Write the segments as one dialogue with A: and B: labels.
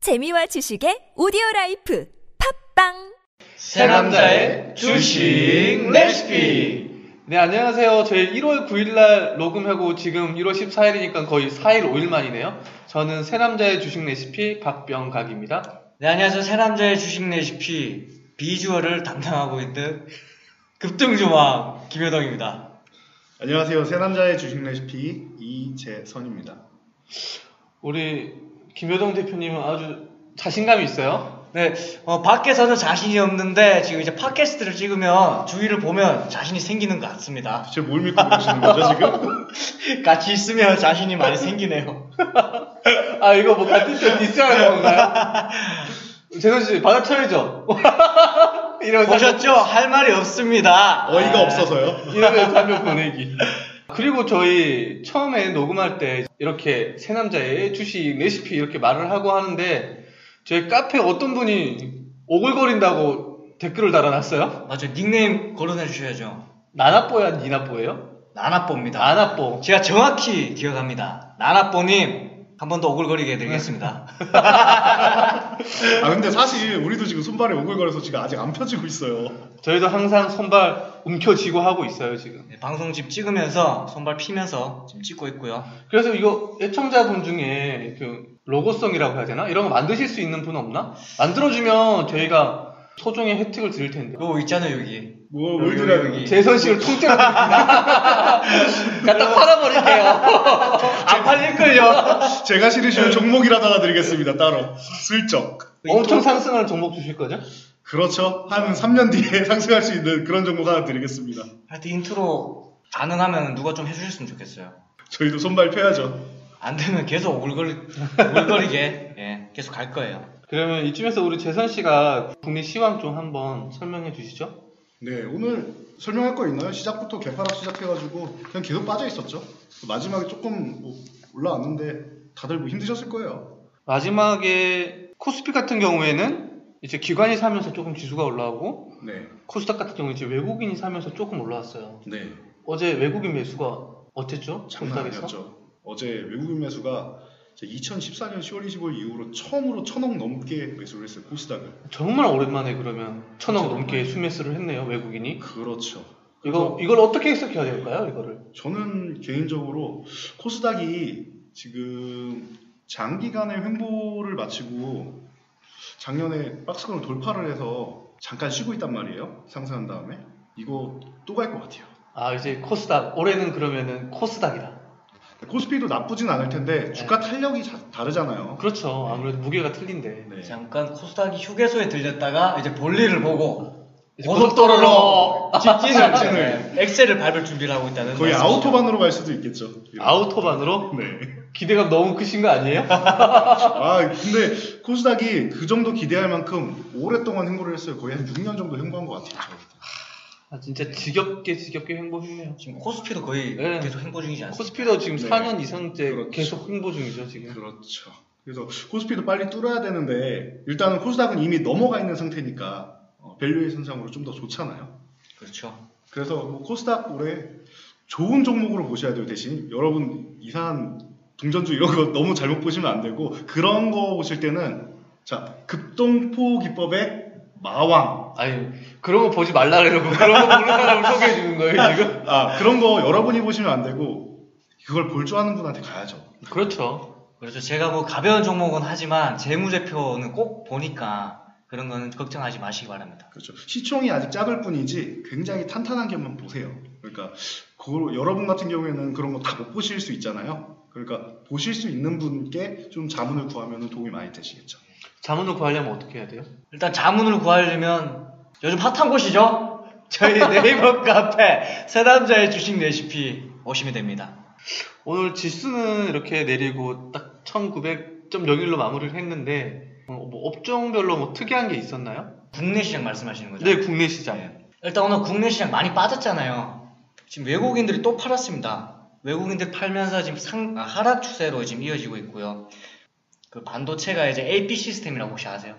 A: 재미와 지식의 오디오 라이프 팝빵
B: 새 남자의 주식 레시피.
C: 네, 안녕하세요. 저희 1월 9일날 녹음하고 지금 1월 14일이니까 거의 4일, 5일 만이네요. 저는 새남자의 주식 레시피 박병각입니다.
B: 네, 안녕하세요. 새 남자의 주식 레시피 비주얼을 담당하고 있는 급등조망 김효덕입니다.
D: 안녕하세요. 새남자의 주식 레시피 이재선입니다.
C: 우리 김효정 대표님은 아주 자신감이 있어요.
B: 네, 어, 밖에서는 자신이 없는데 지금 이제 팟캐스트를 찍으면 주위를 보면 자신이 생기는 것 같습니다.
D: 도대체 뭘 믿고 그러시는 거죠, 지금?
B: 같이 있으면 자신이 많이 생기네요.
C: 아, 이거 뭐 같은 편 디스하는 건가요? 재선 씨, 받아쳐야죠. 이러면서,
B: 보셨죠? 할 말이 없습니다.
D: 어이가 없어서요.
C: 이러면서 한명 보내기. 그리고 저희 처음에 녹음할 때 이렇게 새남자의 주식 레시피 이렇게 말을 하고 하는데 저희 카페 어떤 분이 오글거린다고 댓글을 달아놨어요?
B: 맞죠? 닉네임 거론해 주셔야죠.
C: 나나뽀야 니나뽀예요?
B: 나나뽀입니다.
C: 나나뽀.
B: 제가 정확히 기억합니다. 나나뽀님 한 번 더 오글거리게 해드리겠습니다.
D: 아, 근데 사실 우리도 지금 손발이 오글거려서 지금 아직 안 펴지고 있어요.
C: 저희도 항상 손발 움켜쥐고 하고 있어요 지금.
B: 네, 방송 집 찍으면서 손발 피면서 지금 찍고 있고요.
C: 그래서 이거 애청자분 중에 그 로고송이라고 해야 되나? 이런 거 만드실 수 있는 분 없나? 만들어주면 저희가 소정의 혜택을 드릴 텐데.
B: 그거 있잖아요 여기.
D: 뭐, 뭘 드려야 되니?
C: 재선 씨를 통째로 드립니다. 갖다 팔아버릴게요.
B: 안 팔릴걸요.
D: 제가 싫으시면 종목이라다가 드리겠습니다, 따로. 슬쩍.
C: 엄청 상승하는 종목 주실 거죠?
D: 그렇죠. 한 3년 뒤에 상승할 수 있는 그런 종목 하나 드리겠습니다.
B: 하여튼 인트로 가능하면 누가 좀 해주셨으면 좋겠어요.
D: 저희도 손발 펴야죠.
B: 안 되면 계속 오글거리, 오글거리게 예, 계속 갈 거예요.
C: 그러면 이쯤에서 우리 재선 씨가 국내 시황 좀 한번 설명해 주시죠.
D: 네, 오늘 설명할 거 있나요? 시작부터 개파락 시작해가지고 그냥 계속 빠져 있었죠. 마지막에 조금 뭐 올라왔는데 다들 뭐 힘드셨을 거예요.
C: 마지막에 코스피 같은 경우에는 이제 기관이 사면서 조금 지수가 올라오고
D: 네.
C: 코스닥 같은 경우 이제 외국인이 사면서 조금 올라왔어요.
D: 네.
C: 어제 외국인 매수가 어땠죠?
D: 장난
C: 코스닥에서?
D: 아니었죠. 어제 외국인 매수가 2014년 10월 25일 이후로 처음으로 천억 넘게 매수를 했어요. 코스닥을.
C: 정말 오랜만에 그러면 천억
D: 정말.
C: 넘게 순매수를 했네요 외국인이.
D: 그렇죠.
C: 이거 이걸 어떻게 해석해야 될까요 이거를?
D: 저는 개인적으로 코스닥이 지금 장기간의 횡보를 마치고 작년에 박스권을 돌파를 해서 잠깐 쉬고 있단 말이에요. 상승한 다음에 이거 또 갈 것 같아요.
C: 아 이제 코스닥 올해는 그러면은 코스닥이다.
D: 코스피도 나쁘진 않을 텐데 주가 탄력이 자- 다르잖아요.
C: 그렇죠. 아무래도 무게가 틀린데.
D: 네.
B: 잠깐 코스닥이 휴게소에 들렸다가 이제 볼일을 보고
C: 이제
B: 고속도로로 직진을
D: 직진을.
B: 네, 엑셀을 밟을 준비를 하고 있다는
D: 거의
B: 말씀이죠.
D: 아우토반으로 갈 수도 있겠죠.
C: 아우토반으로
D: 네.
C: 기대감 너무 크신 거 아니에요?
D: 아 근데 코스닥이 그 정도 기대할 만큼 오랫동안 행보를 했어요. 거의 한 6년 정도 행보한 것 같아요.
C: 아, 진짜 지겹게 지겹게 행보했네요.
B: 지금 코스피도 거의
C: 네.
B: 계속 횡보 중이지 않습니까?
C: 코스피도 지금
D: 네.
C: 4년 이상째
D: 그렇죠.
C: 계속 홍보 중이죠 지금.
D: 그렇죠. 그래서 코스피도 빨리 뚫어야 되는데 일단은 코스닥은 이미 넘어가 있는 상태니까 어, 밸류에이션상으로 좀 더 좋잖아요.
B: 그렇죠.
D: 그래서 뭐 코스닥 올해 좋은 종목으로 보셔야 돼요. 대신 여러분 이상한 동전주 이런 거 너무 잘못 보시면 안 되고 그런 거 보실 때는 자 급동포 기법의 마왕
C: 아니 그런 거 보지 말라 그러고 그런 거 보는 사람을 소개해 주는 거예요 지금?
D: 아 그런 거 여러분이 보시면 안 되고 그걸 볼 줄 아는 분한테 가야죠.
C: 그렇죠.
B: 그렇죠. 제가 뭐 가벼운 종목은 하지만 재무제표는 꼭 보니까 그런 거는 걱정하지 마시기 바랍니다.
D: 그렇죠. 시총이 아직 작을 뿐이지 굉장히 탄탄한 게만 보세요. 그러니까 그 여러분 같은 경우에는 그런 거 다 못 보실 수 있잖아요. 그러니까 보실 수 있는 분께 좀 자문을 구하면 도움이 많이 되시겠죠.
C: 자문을 구하려면 어떻게 해야 돼요?
B: 일단 자문을 구하려면 요즘 핫한 곳이죠? 저희 네이버 카페 새남자의 주식 레시피 오시면 됩니다.
C: 오늘 지수는 이렇게 내리고 딱 1900.01로 마무리를 했는데 어, 뭐 업종별로 뭐 특이한 게 있었나요?
B: 국내 시장 말씀하시는 거죠?
C: 네, 국내 시장.
B: 네. 일단 오늘 국내 시장 많이 빠졌잖아요. 지금 외국인들이 또 팔았습니다. 외국인들 팔면서 지금 상- 아, 하락 추세로 지금 이어지고 있고요. 그 반도체가 이제 AP 시스템이라고 혹시 아세요?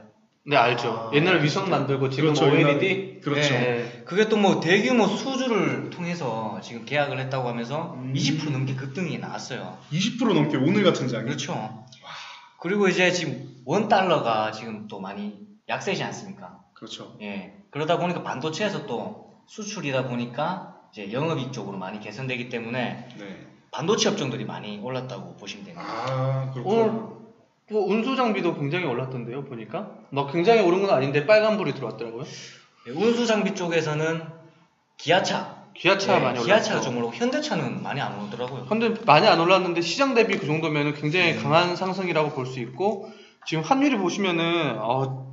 C: 네, 알죠.
D: 아,
C: 옛날 위성 만들고 지금
D: 그렇죠,
C: OLED.
D: 그렇죠.
C: 네.
B: 그게 또 뭐 대규모 수주를 통해서 지금 계약을 했다고 하면서
D: 음.
B: 20% 넘게 급등이 나왔어요.
C: 아, 그렇죠.
D: 20% 넘게 오늘 같은 장이
B: 그렇죠. 그리고 이제 지금 원 달러가 지금 또 많이 약세지 않습니까?
D: 그렇죠.
B: 예. 그러다 보니까 반도체에서 또 수출이다 보니까 이제 영업이익 쪽으로 많이 개선되기 때문에
D: 네.
B: 반도체 업종들이 많이 올랐다고 보시면 됩니다.
D: 아
C: 오늘
D: 그렇구나.
C: 뭐 운수 장비도 굉장히 올랐던데요 보니까 막 굉장히 오른 건 아닌데 빨간불이 들어왔더라고요
B: 예, 운수 장비 쪽에서는 기아차,
C: 기아차가
B: 예,
D: 네,
C: 많이 올랐고
B: 기아차가 좀 오르고 현대차는 많이 안 오더라고요.
C: 근데 많이 안 올랐는데 시장 대비 그 정도면 굉장히
B: 음.
C: 강한 상승이라고 볼 수 있고 지금 환율이 보시면은 어,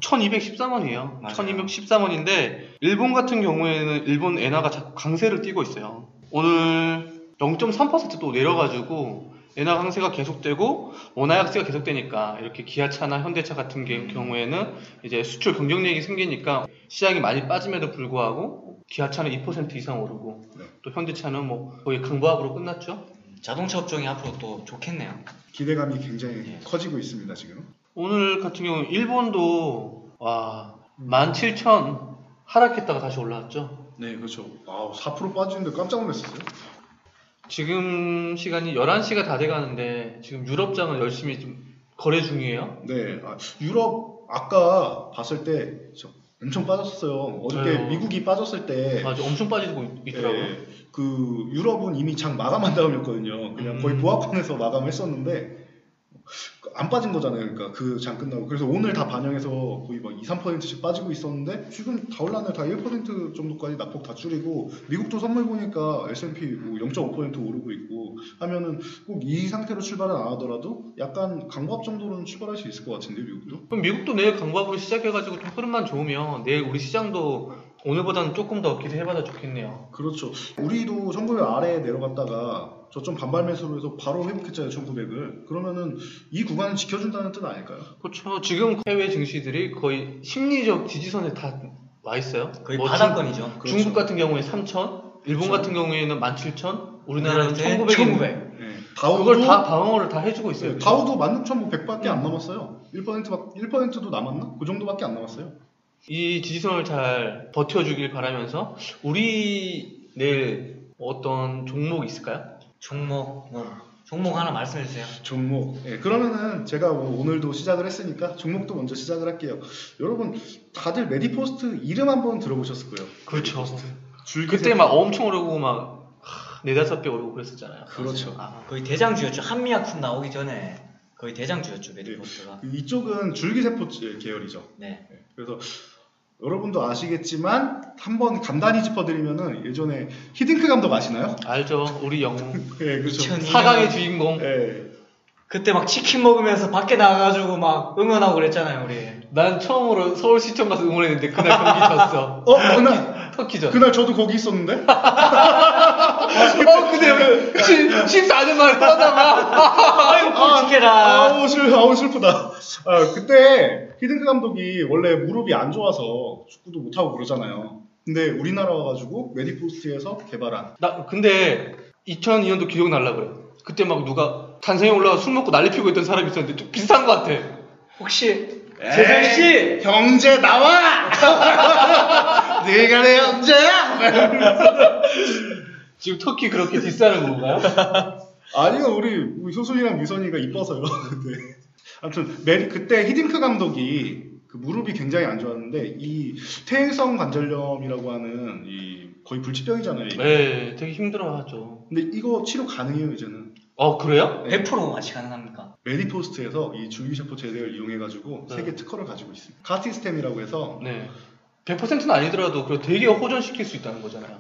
B: 맞아요.
C: 1213원이에요. 1213원인데 일본 같은 경우에는 일본 엔화가 자꾸 강세를 띠고 있어요. 오늘 0.3%또 내려가지고 엔화 강세가 계속되고 원화 약세가 계속되니까 이렇게 기아차나 현대차 같은 게-
B: 음.
C: 경우에는 이제 수출 경쟁력이 생기니까 시장이 많이 빠짐에도 불구하고 기아차는 2% 이상 오르고
D: 네.
C: 또 현대차는 뭐 거의 강보합으로 끝났죠.
B: 자동차 업종이 앞으로 또 좋겠네요.
D: 기대감이 굉장히
B: 예.
D: 커지고 있습니다 지금.
C: 오늘 같은 경우 일본도 와 17,000 하락했다가 다시 올라왔죠.
D: 네 그렇죠. 아우 4% 빠지는데 깜짝 놀랐어요.
C: 지금 시간이 11시가 다 돼가는데 지금 유럽장은 열심히 좀 거래 중이에요.
D: 네. 아, 유럽 아까 봤을 때 저, 엄청 빠졌어요. 어저께
C: 맞아요.
D: 미국이 빠졌을
B: 네.
D: 때.
C: 아주 엄청 빠지고 있- 있더라고요.
D: 예, 그 유럽은 이미 장 마감한 다음이었거든요. 그냥 거의
C: 음.
D: 보합권에서 마감했었는데 안 빠진 거잖아요. 그러니까 그 장 끝나고 그래서 오늘 다 반영해서 거의 막 2, 3%씩 빠지고 있었는데 지금 다 올랐네요. 다1% 정도까지 낙폭 다 줄이고 미국도 선물 보니까 S&P 뭐0.5% 오르고 있고 하면은 꼭 이 상태로 출발은 안 하더라도 약간 강보합 정도로는 출발할 수 있을 것 같은데 미국도.
C: 그럼 미국도 내일 강보합으로 시작해가지고 좀 흐름만 좋으면 내일 우리 시장도 오늘보다는 조금 더 기대해봐도 좋겠네요.
D: 그렇죠. 우리도 1900 아래에 내려갔다가 저점 반발 매수로 해서 바로 회복했잖아요, 1900을. 그러면은 이 구간을 지켜준다는 뜻 아닐까요?
C: 그렇죠. 지금 해외 증시들이 거의 심리적 지지선에 다 와 있어요.
B: 거의
C: 뭐 중-
B: 바닥권이죠.
D: 그렇죠.
C: 중국 같은 경우에 3,000, 일본
D: 그렇죠.
C: 같은 경우에는 17,000, 우리나라는
B: 우리나라는
C: 1,900.
B: 1900.
D: 네.
C: 그걸
D: 다우도
C: 다 방어를 다 해주고 있어요.
D: 네, 다우도 16,100밖에 안 남았어요. 1%밖 1%도 남았나? 그 정도밖에 안 남았어요.
C: 이 지지선을 잘 버텨주길 바라면서 우리 내일 어떤 종목 있을까요?
B: 종목, 뭐, 종목 하나 말씀해 주세요.
D: 종목. 예, 그러면은 제가 뭐 오늘도 시작을 했으니까 종목도 먼저 시작을 할게요. 여러분 다들 메디포스트 이름 한번 들어보셨을 거예요.
C: 그렇죠.
D: 줄기세포.
C: 그때 막 엄청 오르고 막 하, 네다섯 배 오르고 그랬었잖아요.
D: 그렇죠.
C: 아,
B: 거의 대장주였죠. 한미약품 나오기 전에 거의 대장주였죠. 메디포스가.
D: 이쪽은 줄기세포 계열이죠.
B: 네.
D: 네, 그래서 여러분도 아시겠지만 한번 간단히 짚어드리면은 예전에 히딩크 감독 아시나요?
C: 알죠. 우리 영웅.
D: 예, 그렇죠.
B: 2000
C: 사강의 주인공.
D: 예,
B: 그때 막 치킨 먹으면서 밖에 나가가지고 막 응원하고 그랬잖아요, 우리.
C: 난 처음으로 서울시청 가서 응원했는데 그날 경기 졌어.
D: 어 그날
C: 터키전.
D: 그날 저도 거기 있었는데
C: 어, 근데 여기 14년 만에 떠나가.
B: 아이고, 꼴 지켜라.
D: 아우 슬 아우 슬프다. 아 그때 히딩크 감독이 원래 무릎이 안 좋아서 축구도 못 하고 그러잖아요. 근데 우리나라 와가지고 메디포스트에서 개발한
C: 나 근데 2002년도 기억 날라 그래. 그때 막 누가 단상에 올라가 술 먹고 난리 피고 있던 사람이 있었는데 좀 비슷한 것 같아.
B: 혹시, 재석씨!
D: 형제 나와 네가 내 형제야
C: 지금 터키 그렇게 디스하는 건가요?
D: 아니요, 우리 우리 효순이랑 미선이가 이뻐서요. 네. 아무튼 메리 그때 히딩크 감독이 그 무릎이 굉장히 안 좋았는데 이 퇴행성 관절염이라고 하는 이 거의 불치병이잖아요. 이게.
C: 네, 되게 힘들어하죠.
D: 근데 이거 치료 가능해요 이제는.
C: 어 그래요?
B: 100% 마치 가능합니까?
D: 메디포스트에서 이 줄기세포 제대를 이용해가지고
C: 네.
D: 세계 특허를 가지고 있습니다. 카티스템이라고 해서
C: 네. 100%는 아니더라도 그래도 되게 호전시킬 수 있다는 거잖아요.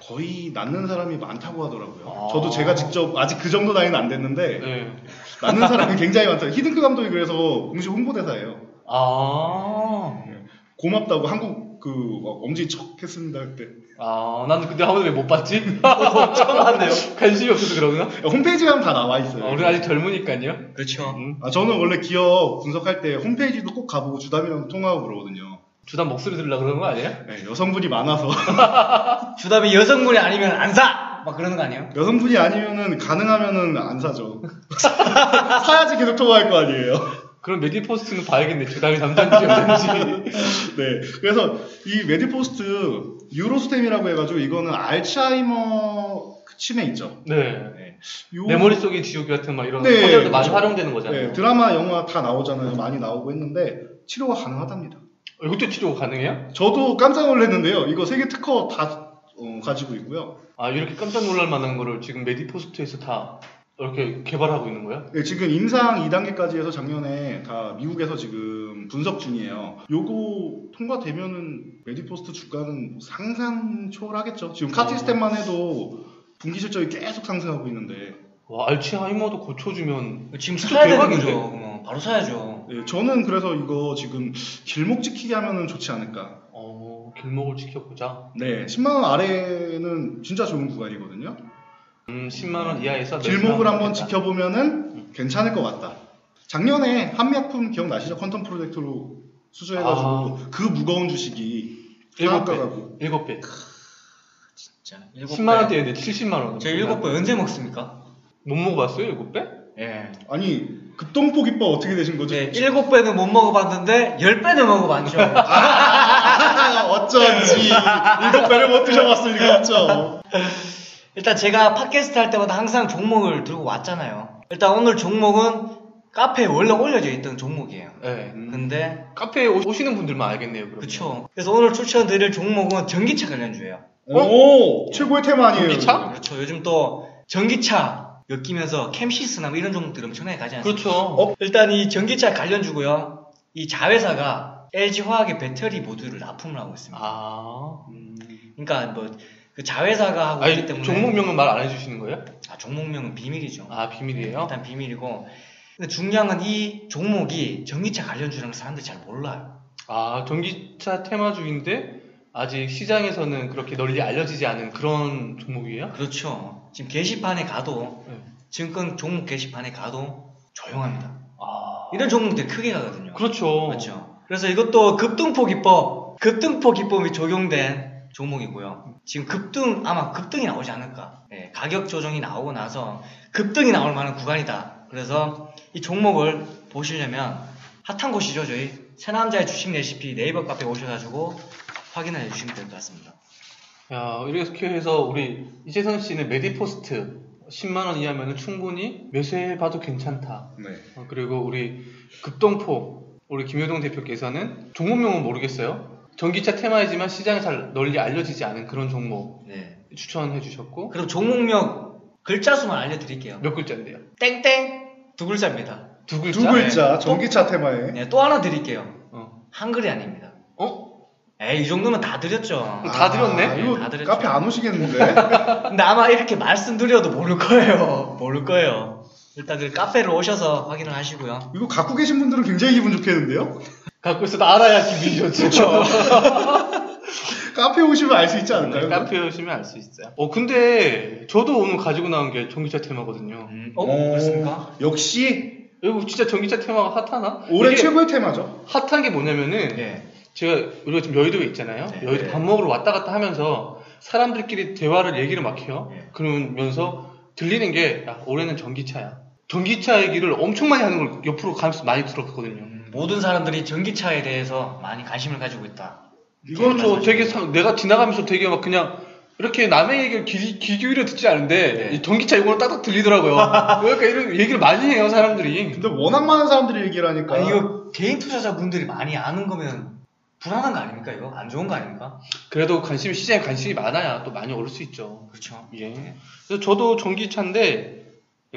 D: 거의 낫는 사람이 많다고 하더라고요.
C: 아.
D: 저도 제가 직접 아직 그 정도 나이는 안 됐는데
C: 네.
D: 낫는 사람이 굉장히 많다. 히딩크 감독이 그래서 공식 홍보대사예요.
C: 아,
D: 고맙다고 한국 그막 엄지 척 했습니다 그때
C: 아, 난 근데 아무도 왜 못 봤지? 처음 봤네요. 관심이 없어서 그러구나.
D: 홈페이지 가면 다 나와 있어요.
C: 어, 우리 아직 젊으니까요.
B: 그렇죠.
C: 음.
D: 아, 저는 원래 기업 분석할 때 홈페이지도 꼭 가보고 주담이랑 통화하고 그러거든요.
C: 주단 목소리 들으려고 그러는 거 아니에요?
D: 네, 여성분이 많아서
B: 주답이 여성분이 아니면 안 사! 막 그러는 거 아니에요?
D: 여성분이 아니면은 가능하면은 안 사죠. 사야지 계속 통화할 거 아니에요.
C: 그럼 메디포스트는 봐야겠네. 주담이 남자인지 여자인지.
D: 네, 그래서 이 메디포스트 유로스템이라고 해가지고 이거는 알츠하이머 그 치매 있죠.
C: 네.
D: 네, 요-
C: 내 머릿속이 지옥 같은 막 이런
D: 네,
C: 소재도 많이
D: 그렇죠.
C: 활용되는 거잖아요.
D: 네, 드라마, 영화 다 나오잖아요. 많이 나오고 했는데 치료가 가능하답니다.
C: 어, 이것도 치료가 가능해요?
D: 저도 깜짝 놀랐는데요. 이거 세계 특허 다 어, 가지고 있고요.
C: 아 이렇게 깜짝 놀랄 만한 거를 지금 메디포스트에서 다 이렇게 개발하고 있는 거야?
D: 네, 지금 임상 2단계까지 해서 작년에 다 미국에서 지금 분석 중이에요. 요거 통과되면은 메디포스트 주가는 상상 초월하겠죠. 지금 카티스템만 해도 분기 실적이 계속 상승하고 있는데
C: 와 알츠하이머도 고쳐주면
B: 지금
C: 진짜
B: 사야 되는
C: 대박인데?
B: 거죠. 그러면. 바로 사야죠.
D: 네, 저는 그래서 이거 지금 길목 지키게 하면은 좋지 않을까.
C: 어, 길목을 지켜보자.
D: 네, 10만 원 아래는 진짜 좋은 구간이거든요.
C: 음 10만 원 이하에서
B: 네.
D: 길목을 한번
C: 괜찮다.
D: 지켜보면은 괜찮을 것 같다. 작년에 한미약품 기억나시죠? 컨텀 프로젝트로 수주해가지고
B: 아.
D: 그 무거운 주식이
C: 일곱 배.
D: 하락가고
C: 일곱 배.
B: 진짜.
C: 10만 원대인데 70만 원.
B: 제 일곱 배 언제 먹습니까?
C: 못 먹어봤어요 일곱 배?
B: 예.
D: 아니 급동포 기법 어떻게 되신 거죠?
B: 네, 일곱 배는 못 먹어봤는데 열 배는 먹어봤죠.
D: 아,
B: 네.
D: 어쩐지 일곱 배를 못 드셔봤으니까 그렇죠.
B: 일단 제가 팟캐스트 할 때마다 항상 종목을 들고 왔잖아요. 일단 오늘 종목은 카페에 원래 올려져 있던 종목이에요.
C: 네.
D: 음.
B: 근데
C: 카페에 오- 오시는 분들만 알겠네요. 그러면.
B: 그쵸. 그래서 오늘 추천드릴 종목은 전기차 관련주예요.
D: 오 최고의 테마 아니에요?
C: 전기차?
B: 그렇죠. 요즘 또 전기차 엮이면서 캠시스나 뭐 이런 종목들 엄청나게 가지 않습니까?
C: 그렇죠.
D: 어,
B: 일단 이 전기차 관련주고요. 이 자회사가 LG 화학의 배터리 모듈을 납품을 하고 있습니다.
C: 아.
D: 음.
B: 그러니까 뭐 그 자회사가 하고
C: 아니
B: 있기 때문에
C: 종목명은 말 안 해주시는 거예요?
B: 아, 종목명은 비밀이죠.
C: 아 비밀이에요?
B: 일단 비밀이고 근데 중요한 건 이 종목이 전기차 관련주라는 걸 사람들이 잘 몰라요.
C: 아 전기차 테마주인데 아직 시장에서는 그렇게 널리 알려지지 않은 그런 종목이에요?
B: 그렇죠. 지금 게시판에 가도
C: 네.
B: 증권 종목 게시판에 가도 조용합니다.
C: 아
B: 이런 종목들 크게 가거든요.
C: 그렇죠.
B: 맞죠. 그래서 이것도 급등포 기법, 급등포 기법이 적용된 종목이고요. 지금 급등 아마 급등이 나오지 않을까. 예, 가격 조정이 나오고 나서 급등이 나올 만한 구간이다. 그래서 이 종목을 보시려면 핫한 곳이죠 저희 새남자의 주식 레시피 네이버 카페 오셔가지고 확인을 해주시면 될 것 같습니다.
C: 야 이렇게 해서 우리 이재선 씨는 메디포스트 10만 원 이하면 충분히 매수해봐도 괜찮다.
D: 네.
C: 어, 그리고 우리 급동포 우리 김효동 대표께서는 종목명은 모르겠어요. 전기차 테마이지만 시장에 잘 널리 알려지지 않은 그런 종목
B: 네.
C: 추천해주셨고
B: 그럼 종목명 글자 수만 알려드릴게요.
C: 몇 글자인데요?
B: 땡땡 두 글자입니다.
C: 두 글자.
D: 두 글자 전기차 테마에
B: 네, 또 하나 드릴게요.
C: 어?
B: 한글이 아닙니다.
C: 어?
B: 에이 이 정도면 다 드렸죠.
C: 다 드렸네?
D: 아, 이거
B: 네, 다 드렸죠.
D: 카페 안 오시겠는데?
B: 근데 아마 이렇게 말씀드려도 모를 거예요. 모를 거예요. 일단 그 카페로 오셔서 확인을 하시고요.
D: 이거 갖고 계신 분들은 굉장히 기분 좋겠는데요?
C: 갖고 있어도 알아야 기분이 좋죠.
D: 카페 오시면 알 수 있지
B: 네,
D: 않을까요?
C: 그러니까 카페에 오시면 알 수 있어요. 어 근데 저도 오늘 가지고 나온 게 전기차 테마거든요.
B: 음, 어? 그렇습니까?
D: 역시
C: 이거 진짜 전기차 테마가 핫하나?
D: 올해
C: 이게
D: 최고의 테마죠.
C: 핫한 게 뭐냐면은
B: 예.
C: 제가 우리가 지금 여의도에 있잖아요.
D: 예.
B: 네.
C: 여의도 밥 먹으러 왔다 갔다 하면서 사람들끼리 대화를 얘기를 막 해요.
D: 예.
B: 네.
C: 그러면서 들리는 게 야, 올해는 전기차야. 전기차 얘기를 엄청 많이 하는 걸 옆으로 가면서 많이 들었거든요.
B: 음, 모든 사람들이 전기차에 대해서 많이 관심을 가지고 있다.
C: 이건 저
B: 맞아요.
C: 되게 사- 내가 지나가면서 되게 막 그냥 이렇게 남의 얘기를 귀, 귀 기울여 듣지 않은데
B: 네.
C: 이 전기차 이거는 딱딱 들리더라고요. 그러니까 이런 얘기를 많이 해요 사람들이.
D: 근데 워낙 많은 사람들이 얘기를 하니까
B: 아니, 이거 개인 투자자분들이 많이 아는 거면 불안한 거 아닙니까? 이거 안 좋은 거 아닙니까?
C: 그래도 관심이 시장에 관심이 많아야 또 많이 오를 수 있죠.
B: 그렇죠.
C: 예. 그래서 저도 전기차인데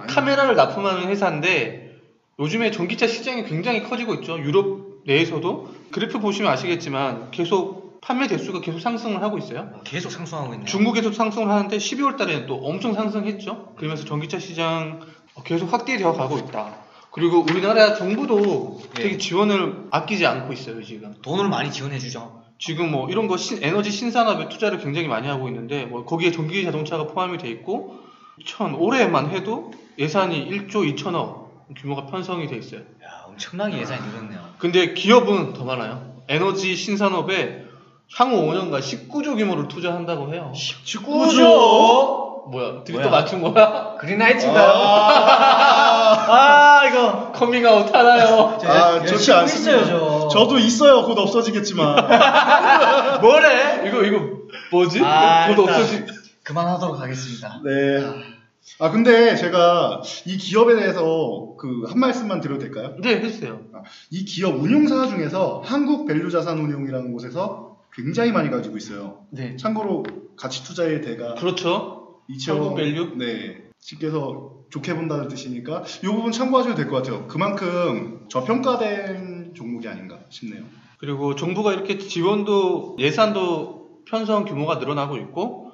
C: 카메라를 납품하는 회사인데 요즘에 전기차 시장이 굉장히 커지고 있죠. 유럽 내에서도 그래프 보시면 아시겠지만 계속 판매 대수가 계속 상승을 하고 있어요.
B: 어, 계속 상승하고 있네요.
C: 중국에서 상승을 하는데 12월 달에는 또 엄청 상승했죠. 그러면서 전기차 시장 계속 확대되어 가고 있다. 그리고 우리나라 정부도
B: 예.
C: 되게 지원을 아끼지 않고 있어요, 지금.
B: 돈을 많이 지원해 주죠.
C: 지금 뭐 이런 거 신- 에너지 신산업에 투자를 굉장히 많이 하고 있는데 뭐 거기에 전기 자동차가 포함이 돼 있고 참 올해만 해도 예산이 1조 2천억 규모가 편성이 돼 있어요.
B: 야, 엄청나게 예산이 늘었네요.
C: 근데 기업은 더 많아요. 에너지 신산업에 향후 5년간 19조 규모를 투자한다고 해요.
D: 꾸죠.
C: 뭐야? 드립
B: 뭐야?
C: 또 맞춘 거야?
B: 그린라이트인가요? 아, 이거.
C: 커밍아웃 하나요?
B: 저
D: 아,
B: 열심히
D: 좋지
B: 하고
D: 않습니다.
B: 있어요, 저.
D: 도 있어요. 곧 없어지겠지만.
B: 뭐래?
C: 이거 이거 뭐지?
B: 아,
C: 그것도
B: 일단
C: 없어지.
B: 그만하도록 하겠습니다.
D: 네. 아 근데 제가 이 기업에 대해서 그 한 말씀만 드려도 될까요?
C: 네, 해주세요.
D: 이 기업 운용사 중에서 한국 밸류 자산 운용이라는 곳에서 굉장히 많이 가지고 있어요.
C: 네.
D: 참고로 가치 투자의 대가
C: 그렇죠.
D: 이채원
C: 한국 밸류?
D: 네. 씨께서 좋게 본다는 뜻이니까 이 부분 참고하셔도 될 것 같아요. 그만큼 저평가된 종목이 아닌가 싶네요.
C: 그리고 정부가 이렇게 지원도 예산도 편성 규모가 늘어나고 있고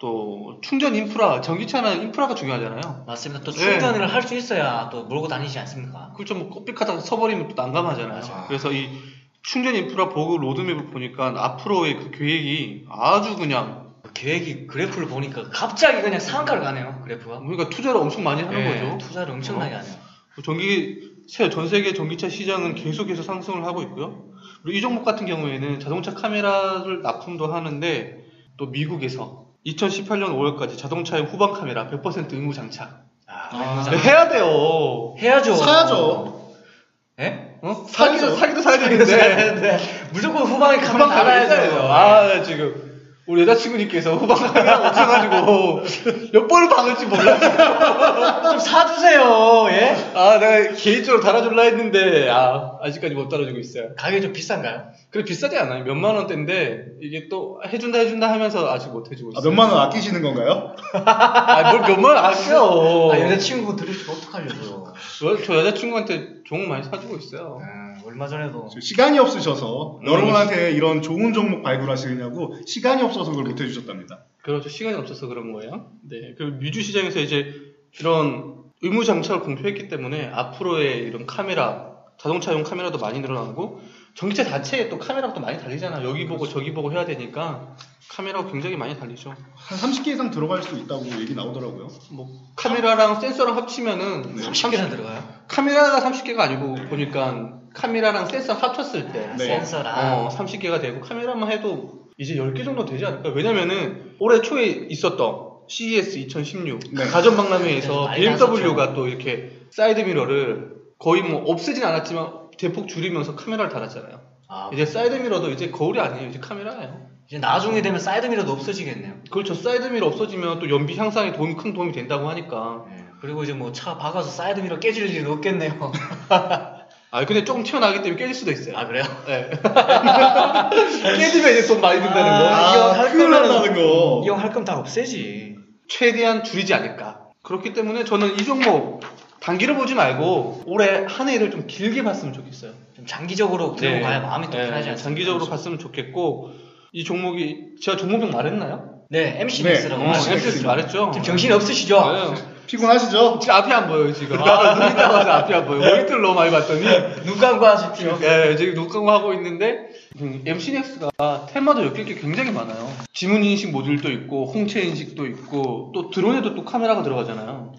C: 또 충전 인프라, 전기차는 인프라가 중요하잖아요.
B: 맞습니다. 또
C: 네.
B: 충전을 할 수 있어야 또 몰고 다니지 않습니까?
C: 그걸 좀 꼽삑하다 서버리면 또 난감하잖아요.
B: 맞아.
C: 그래서 이 충전 인프라 보급 로드맵을 보니까 앞으로의 그 계획이 아주 그냥
B: 그 계획이 그래프를 보니까 갑자기 그냥 상가를 가네요. 그래프가.
C: 그러니까 투자를 엄청 많이 하는
B: 예,
C: 거죠.
B: 투자를 엄청나게 하네요.
C: 그 전기 세- 전 세계 전기차 시장은 계속해서 상승을 하고 있고요. 그리고 이 종목 같은 경우에는 자동차 카메라를 납품도 하는데 또 미국에서 2018년 5월까지 자동차의 후방 카메라 100% 의무 장착.
B: 아,
D: 아,
B: 맞아.
C: 네, 해야 돼요.
B: 해야죠.
D: 사야죠.
B: 예? 네.
C: 어? 사기도
D: 사야죠.
C: 사기도 사야
B: 사야
C: 되는데
B: 되는데 무조건 후방에 가면
C: 후방 카메라
B: 알아야죠.
C: 사야 돼요. 아 네, 지금 우리 여자친구님께서 후방 카메라 못 사가지고 몇 번을 박을지 몰라.
B: 좀 사주세요. 예?
C: 아 내가 개인적으로 달아줄라 했는데 아 아직까지 못 달아주고 있어요.
B: 가격이 좀 비싼가요?
C: 그래 비싸지 않아요. 몇만 원대인데 이게 또 해준다 해준다 하면서 아직 못 해주고
D: 아,
C: 있어요.
D: 몇만 원 아끼시는 건가요?
C: 아, 뭘 몇만 원 아껴.
B: 아, 여자친구 들으시면 어떡하려고요.
C: 저, 저 여자친구한테 종을 많이 사주고 있어요.
B: 음, 얼마 전에도
D: 지금 시간이 없으셔서
C: 음.
D: 여러분한테 이런 좋은 종목 발굴하시느냐고 시간이 없어서 그걸 못 해주셨답니다.
C: 그렇죠. 시간이 없어서 그런 거예요. 네. 그 뮤주 시장에서 이제 이런 의무 장착을 공표했기 때문에 앞으로의 이런 카메라, 자동차용 카메라도 많이 늘어나고 전기차 자체에 또 카메라가 또 많이 달리잖아. 여기 보고
D: 그렇죠.
C: 저기 보고 해야 되니까 카메라가 굉장히 많이 달리죠.
D: 한 30개 이상 들어갈 수 있다고 얘기 나오더라고요.
C: 뭐 카메라랑 센서랑
D: 네.
C: 합치면은
B: 30개나 들어가요?
C: 카메라가 30개가 아니고 보니까 카메라랑 센서 합쳤을 때
D: 네.
B: 센서랑
C: 어, 30개가 되고 카메라만 해도 이제 10개 정도 되지 않을까? 왜냐면은 올해 초에 있었던 CES 2016
D: 네.
C: 가전박람회에서
B: 많이
C: BMW가
B: 나왔었죠.
C: 또 이렇게 사이드미러를 거의 뭐 없애진 않았지만 대폭 줄이면서 카메라를 달았잖아요.
B: 아,
D: 네.
C: 이제 사이드미러도 이제 거울이 아니에요. 이제 카메라예요.
B: 이제 나중에 되면 사이드미러도 없어지겠네요.
C: 그렇죠. 사이드미러 없어지면 또 연비 향상에 도움, 큰 도움이 된다고 하니까.
B: 예, 그리고 이제 뭐 차 박아서 사이드미러 깨질 일은 없겠네요.
C: 아, 근데 조금 튀어나가기 때문에 깨질 수도 있어요.
B: 아 그래요?
C: 네. 깨지면 이제 돈 많이 든다는 거.
B: 아, 이거 할
D: 큰일
B: 거면은-
D: 난다는 거.
B: 이 형 할 거면 다 없애지.
C: 최대한 줄이지 않을까. 그렇기 때문에 저는 이 종목 단기를 보지 말고 올해 한 해를 좀 길게 봤으면 좋겠어요.
B: 좀 장기적으로 들고
C: 네.
B: 가야 마음이 또
C: 네,
B: 편하지 않습니까? 그렇죠.
C: 장기적으로 봤으면 좋겠고 이 종목이 제가 종목명 말했나요?
B: 네, MCBS라고.
D: 네,
B: 말씀해
D: MCBS.
B: 주세요.
C: MCS 말했죠.
B: 지금 정신이 없으시죠?
C: 네.
D: 피곤하시죠?
C: 지금 앞이 안 보여요 지금. 아, 눈 있다마자 앞이 안 보여. 모니터를 너무 많이 봤더니.
B: 눈 감고 하십시오.
C: 예, 지금 녹광고 하고 있는데 음, MCX가 테마도 엮일 게 굉장히 많아요. 지문 인식 모듈도 있고 홍채 인식도 있고 또 드론에도 또 카메라가 들어가잖아요.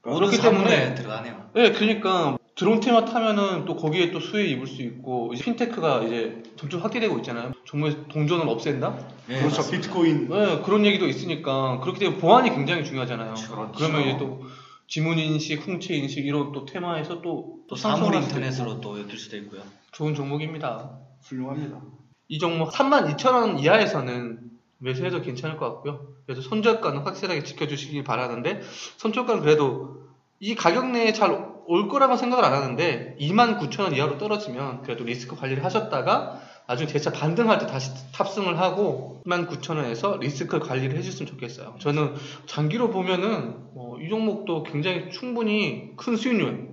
C: 그렇기 때문에
B: 들어가네요.
C: 예, 그러니까 드론 테마 타면은 또 거기에 또 수혜 입을 수 있고 이제 핀테크가 이제 점점 확대되고 있잖아요. 정말 동전을 없앤다?
B: 네,
D: 그렇죠.
B: 맞습니다.
D: 비트코인.
C: 예, 그런 얘기도 있으니까 그렇기 때문에 보안이 굉장히 중요하잖아요.
B: 그렇죠.
C: 러면 이제 또 지문 인식, 홍채 인식 이런 또 테마에서 또,
B: 또 사물
C: 상승을 할 수도
B: 인터넷으로 또 엮일 수도 있고요.
C: 있고 좋은 종목입니다.
D: 훌륭합니다.
C: 이 종목 32,000원 이하에서는 매수해도 괜찮을 것 같고요. 그래서 손절가는 확실하게 지켜주시길 바라는데 손절가는 그래도 이 가격 내에 잘 올 거라고 생각을 안 하는데 29,000원 이하로 떨어지면 그래도 리스크 관리를 하셨다가 나중에 재차 반등할 때 다시 탑승을 하고 29,000원에서 리스크 관리를 해줬으면 좋겠어요. 저는 장기로 보면은 뭐 이 종목도 굉장히 충분히 큰 수익률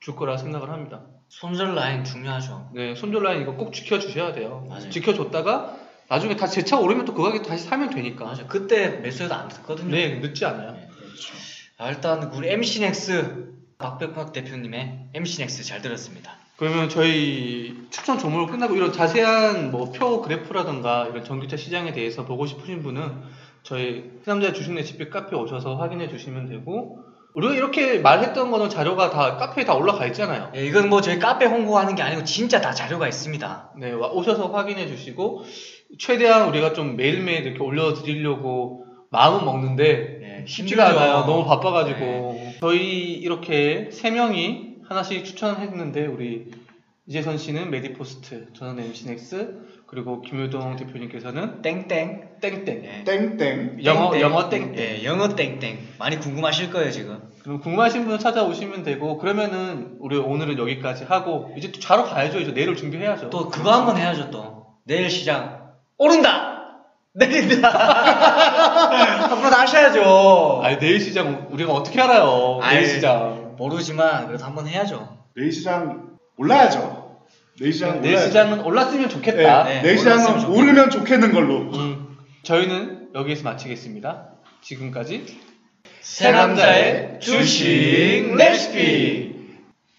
C: 줄 거라 생각을 합니다.
B: 손절 라인 중요하죠.
C: 네, 손절 라인 이거 꼭 지켜주셔야 돼요.
B: 맞아요.
C: 지켜줬다가 나중에 다 제차 오르면 또 그거 다시 사면 되니까.
B: 맞아요. 그러니까 그때 매수해도 안 듣거든요.
C: 네, 늦지 않아요.
B: 네.
D: 그렇죠.
B: 아, 일단 우리 MC넥스 박백박 대표님의 MC넥스 잘 들었습니다.
C: 그러면 저희 추천 종목 끝나고 이런 자세한 뭐 표 그래프라든가 이런 전기차 시장에 대해서 보고 싶으신 분은 저희 세남자 주식내 집비 카페 오셔서 확인해 주시면 되고 우리가 이렇게 말했던 거는 자료가 다 카페에 다 올라가 있잖아요.
B: 예, 이건 뭐 저희 카페 홍보하는 게 아니고 진짜 다 자료가 있습니다.
C: 네, 와- 오셔서 확인해 주시고 최대한 우리가 좀 매일매일 이렇게 올려 드리려고 마음은 먹는데
B: 예,
C: 쉽지가
B: 힘들죠. 네.
C: 않아요. 너무 바빠가지고 저희 이렇게 세 명이 하나씩 추천했는데 우리 이재선 씨는 메디포스트, 저는 MCNX, 그리고 김효동 대표님께서는
B: 땡땡.
C: 땡땡.
B: 예.
D: 땡땡.
C: 영어- 영어 땡땡.
B: 예, 영어 땡땡. 많이 궁금하실 거예요 지금.
C: 그럼 궁금하신 분 찾아오시면 되고 그러면은 우리 오늘은 여기까지 하고 이제 또 자러 가야죠. 이제 내일 준비해야죠.
B: 또 그거 한번 해야죠 또. 내일 시장 오른다. 내린다. 앞으로 다시 해야죠.
C: 아니 내일 시장 우리가 어떻게 알아요? 내일
B: 아이. 예.
C: 시장.
B: 모르지만 그래도 한번 해야죠.
D: 내일 시장 올라야죠. 내일 시장
C: 내일
D: 올라야죠.
C: 네 시장은 올랐으면 좋겠다.
B: 네. 올랐으면
D: 내일 시장은
B: 좋겠다.
D: 오르면 좋겠는 걸로.
C: 음, 저희는 여기에서 마치겠습니다. 지금까지
B: 새 남자의 주식 레시피.